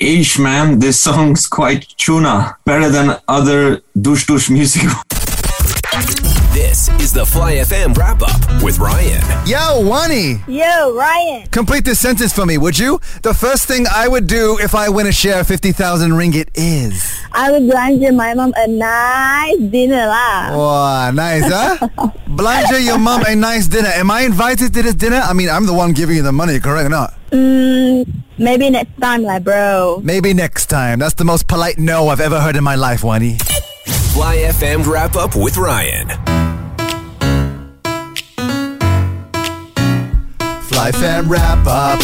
Ish, man, this song's quite chuna. Better than other douche douche music. This is the Fly FM wrap up with Ryan. Yo, Wani, Yo, Ryan. complete this sentence for me, would you? The first thing I would do if I win a share of 50,000 ringgit is. I would belanja my mom a nice dinner lah. Wow, nice, huh? Belanja your mom a nice dinner. Am I invited to this dinner? I mean, I'm the one giving you the money, correct or not? Mm, maybe next time lah, bro. Maybe next time. That's the most polite no I've ever heard in my life, Wani. Fly FM wrap up with Ryan. Fly fam wrap up.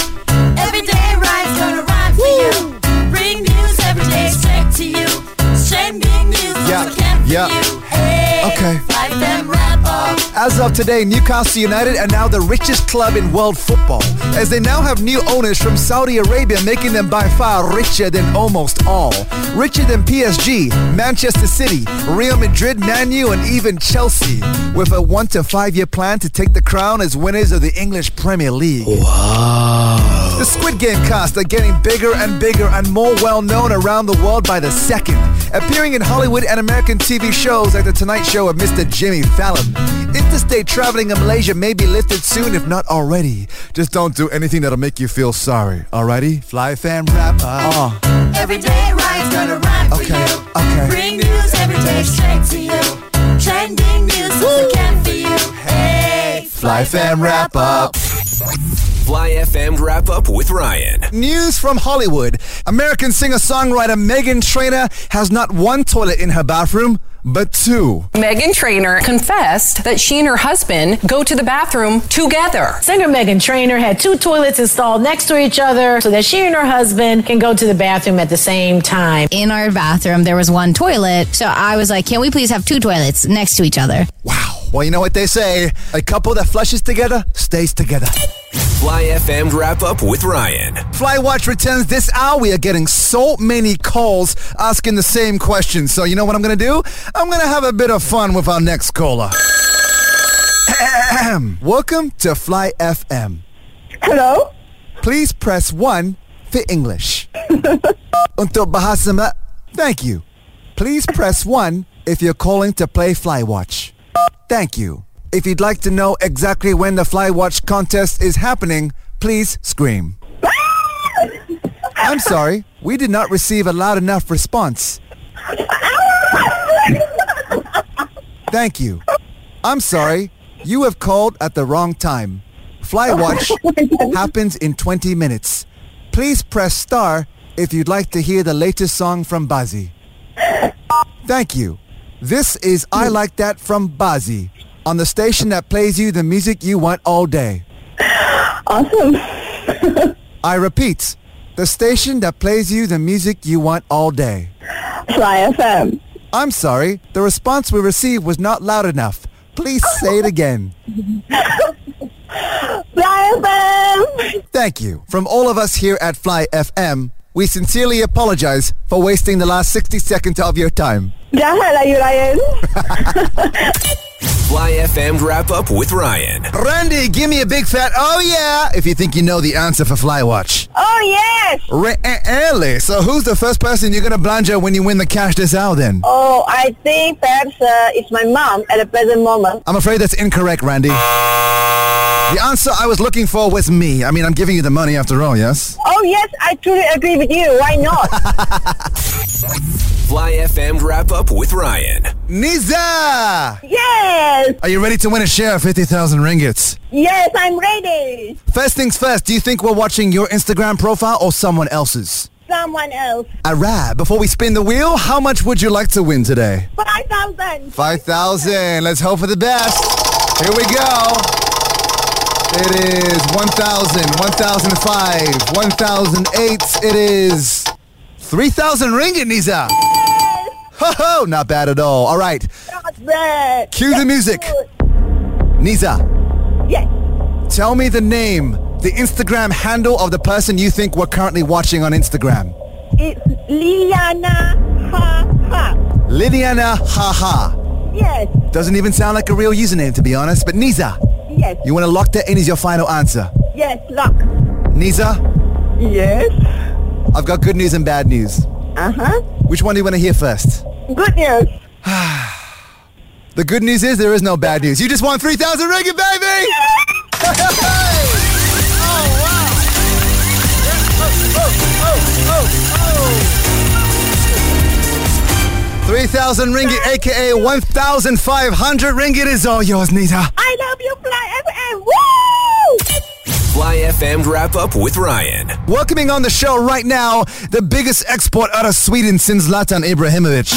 Every day rhymes gonna rhyme for you. Bring news every day straight to you. Shaming news Yeah, also can yeah. for you. Hey, Okay. Fight them wrap up. As of today, Newcastle United are now the richest club in world football, as they now have new owners from Saudi Arabia, making them by far richer than almost all. Richer than PSG, Manchester City, Real Madrid, Man U, and even Chelsea, with a one to five year plan to take the crown as winners of the English Premier League. The Squid Game cast are getting bigger and bigger and more well known around the world by the second, appearing in Hollywood and American TV shows like The Tonight Show of Mr. Jimmy Fallon. Interstate traveling in Malaysia may be lifted soon, if not already. Just don't do anything that'll make you feel sorry, alrighty? Fly fan rap. Uh, Every day rhymes gonna rhyme for Okay, you. okay. Bring news every day straight to you. Trending news also can for you. Hey, Fly fan wrap up. Fly FM wrap up with Ryan. News from Hollywood. American singer-songwriter Megan Trainor has not one toilet in her bathroom, but two. Megan Trainor confessed that she and her husband go to the bathroom together. Singer Megan Trainor had two toilets installed next to each other so that she and her husband can go to the bathroom at the same time. in our bathroom there was one toilet so i was like can we please have two toilets next to each other Wow. Well, you know what they say a couple that flushes together stays together. Fly FM wrap up with Ryan. Flywatch returns this hour. We are getting so many calls asking the same question. So, you know what I'm going to do? I'm going to have a bit of fun with our next caller. Ahem. Welcome to Fly FM. Hello? Please press 1 for English. Untuk bahasa Ma- Thank you. Please press 1 if you're calling to play Flywatch. Thank you. If you'd like to know exactly when the Flywatch contest is happening, please scream. I'm sorry, we did not receive a loud enough response. Thank you. I'm sorry, you have called at the wrong time. Flywatch happens in 20 minutes. Please press star if you'd like to hear the latest song from Bazi. Thank you. This is I Like That from Bazi on the station that plays you the music you want all day. Awesome. I repeat, the station that plays you the music you want all day. Fly FM. I'm sorry, the response we received was not loud enough. Please say it again. Fly FM! Thank you. From all of us here at Fly FM, we sincerely apologize for wasting the last 60 seconds of your time. Jahat lah you, Ryan. Fly FM wrap up with Ryan. Randy, give me a big fat oh yeah if you think you know the answer for Flywatch. Oh, yes! Really? So who's the first person you're going to blanja when you win the cash this hour then? Oh, I think perhaps uh, it's my mom at the present moment. I'm afraid that's incorrect, Randy. The answer I was looking for was me. I mean, I'm giving you the money after all, yes? Oh, yes, I truly agree with you. Why not? Fly FM wrap up with Ryan. Niza! yes! Are you ready to win a share of 50,000 ringgits? Yes, I'm ready. First things first, do you think we're watching your Instagram profile or someone else's? Someone else. Alright, before we spin the wheel, how much would you like to win today? 5,000. 5,000. Let's hope for the best. Here we go. It is 1,000, 1,005, 1,008. It is 3,000 ringgit, Niza. Ho ho, not bad at all. All right, Not bad. cue the music. Niza, Yes. tell me the name, the Instagram handle of the person you think we're currently watching on Instagram. It's Liana Ha Ha. Liliana Haha. Yes. Doesn't even sound like a real username, to be honest, but Niza, Yes. you want to lock that in as your final answer. Yes, luck. Niza, Yes. I've got good news and bad news. Uh huh. Which one do you want to hear first? Good news. The good news is there is no bad news. You just won 3,000 ringgit, baby! Three thousand ringgit, aka one thousand five hundred ringgit, is all yours, Nita. I love you, Fly FM. Woo! Fly FM wrap up with Ryan. Welcoming on the show right now the biggest export out of Sweden since Latan Ibrahimovic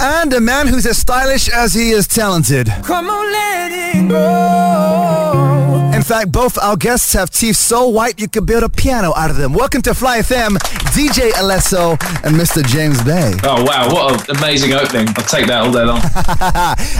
and a man who's as stylish as he is talented. Come on, let it go. In fact, both our guests have teeth so white you could build a piano out of them. Welcome to Fly FM, DJ Alesso and Mr. James Bay. Oh wow, what an amazing opening. I'll take that all day long.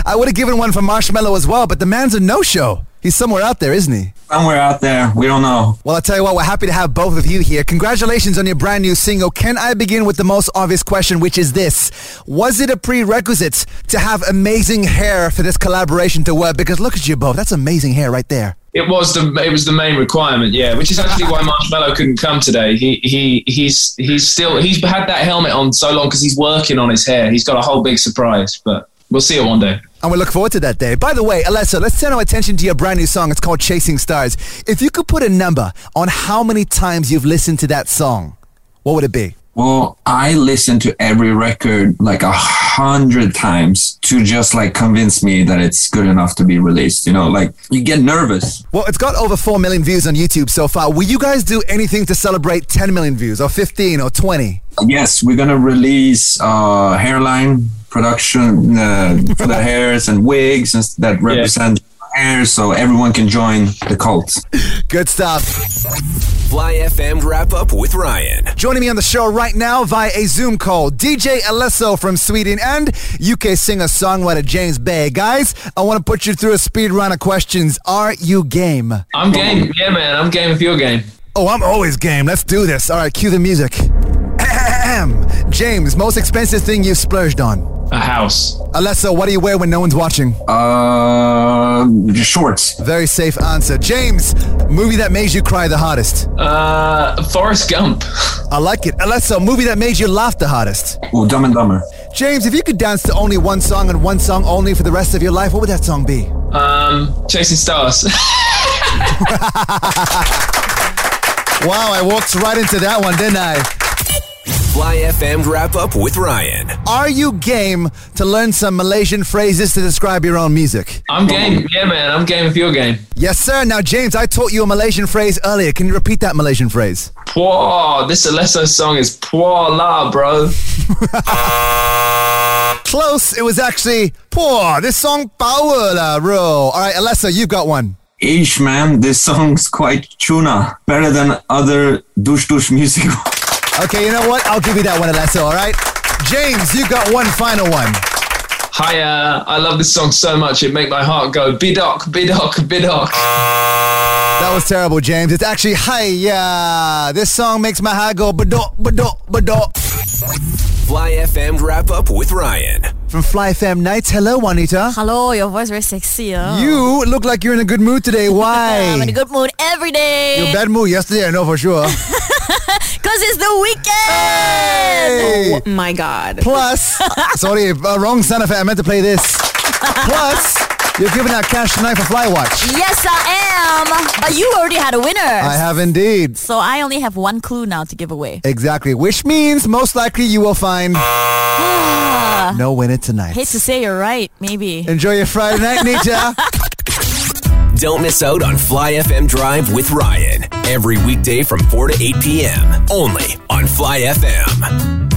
I would have given one for Marshmallow as well, but the man's a no-show. He's somewhere out there, isn't he? Somewhere out there, we don't know. Well, I tell you what, we're happy to have both of you here. Congratulations on your brand new single. Can I begin with the most obvious question, which is this? Was it a prerequisite to have amazing hair for this collaboration to work? Because look at you both. That's amazing hair right there. It was the it was the main requirement, yeah, which is actually why Marshmallow couldn't come today. He he he's he's still he's had that helmet on so long because he's working on his hair. He's got a whole big surprise, but we'll see it one day. And we look forward to that day. By the way, Alessa, let's turn our attention to your brand new song. It's called Chasing Stars. If you could put a number on how many times you've listened to that song, what would it be? Well, I listened to every record like a hundred times to just like convince me that it's good enough to be released. You know, like you get nervous. Well, it's got over 4 million views on YouTube so far. Will you guys do anything to celebrate 10 million views or 15 or 20? Yes, we're gonna release uh, hairline production uh, for the hairs and wigs and s- that represent hair, so everyone can join the cult. Good stuff. Fly FM wrap up with Ryan. Joining me on the show right now via a Zoom call, DJ Alesso from Sweden and UK singer-songwriter James Bay. Guys, I want to put you through a speed round of questions. Are you game? I'm game, yeah, man. I'm game if you're game. Oh, I'm always game. Let's do this. All right, cue the music. Ahem. James, most expensive thing you've splurged on? A house. Alesso, what do you wear when no one's watching? Uh, shorts. Very safe answer. James, movie that made you cry the hardest? Uh, Forrest Gump. I like it. Alesso, movie that made you laugh the hardest? Well, Dumb and Dumber. James, if you could dance to only one song and one song only for the rest of your life, what would that song be? Um, Chasing Stars. Wow, I walked right into that one, didn't I? Fly FM wrap up with Ryan. Are you game to learn some Malaysian phrases to describe your own music? I'm game, yeah, man. I'm game if you're game. Yes, sir. Now, James, I taught you a Malaysian phrase earlier. Can you repeat that Malaysian phrase? Poor. This Alesso song is poor la, bro. Close. It was actually poor. This song, power la, bro. All right, Alessa, you've got one. Ish, man, this song's quite tuna. Better than other douche douche music. Okay, you know what? I'll give you that one, Alessa. All right, James, you got one final one. Hiya. I love this song so much. It make my heart go bidock, bidock, bidock. That was terrible, James. It's actually hiya. This song makes my heart go badok, badok, badok. Fly FM wrap up with Ryan. From Fly Fam Nights. Hello, Juanita. Hello, your voice very sexy. Huh? You look like you're in a good mood today. I'm in a Why? good mood every day. Your bad mood yesterday, I know for sure. Cause it's the weekend. Hey! Oh my god. Plus, sorry, uh, wrong sound effect. I meant to play this. Plus, you're giving out cash tonight for Fly Watch. Yes, I am. But you already had a winner. I have indeed. so I only have one clue now to give away. Exactly, which means most likely you will find no winner tonight. Hate to say you're right, maybe. Enjoy your Friday night, Nita. Don't miss out on Fly FM Drive with Ryan every weekday from 4 to 8 p.m. only on Fly FM.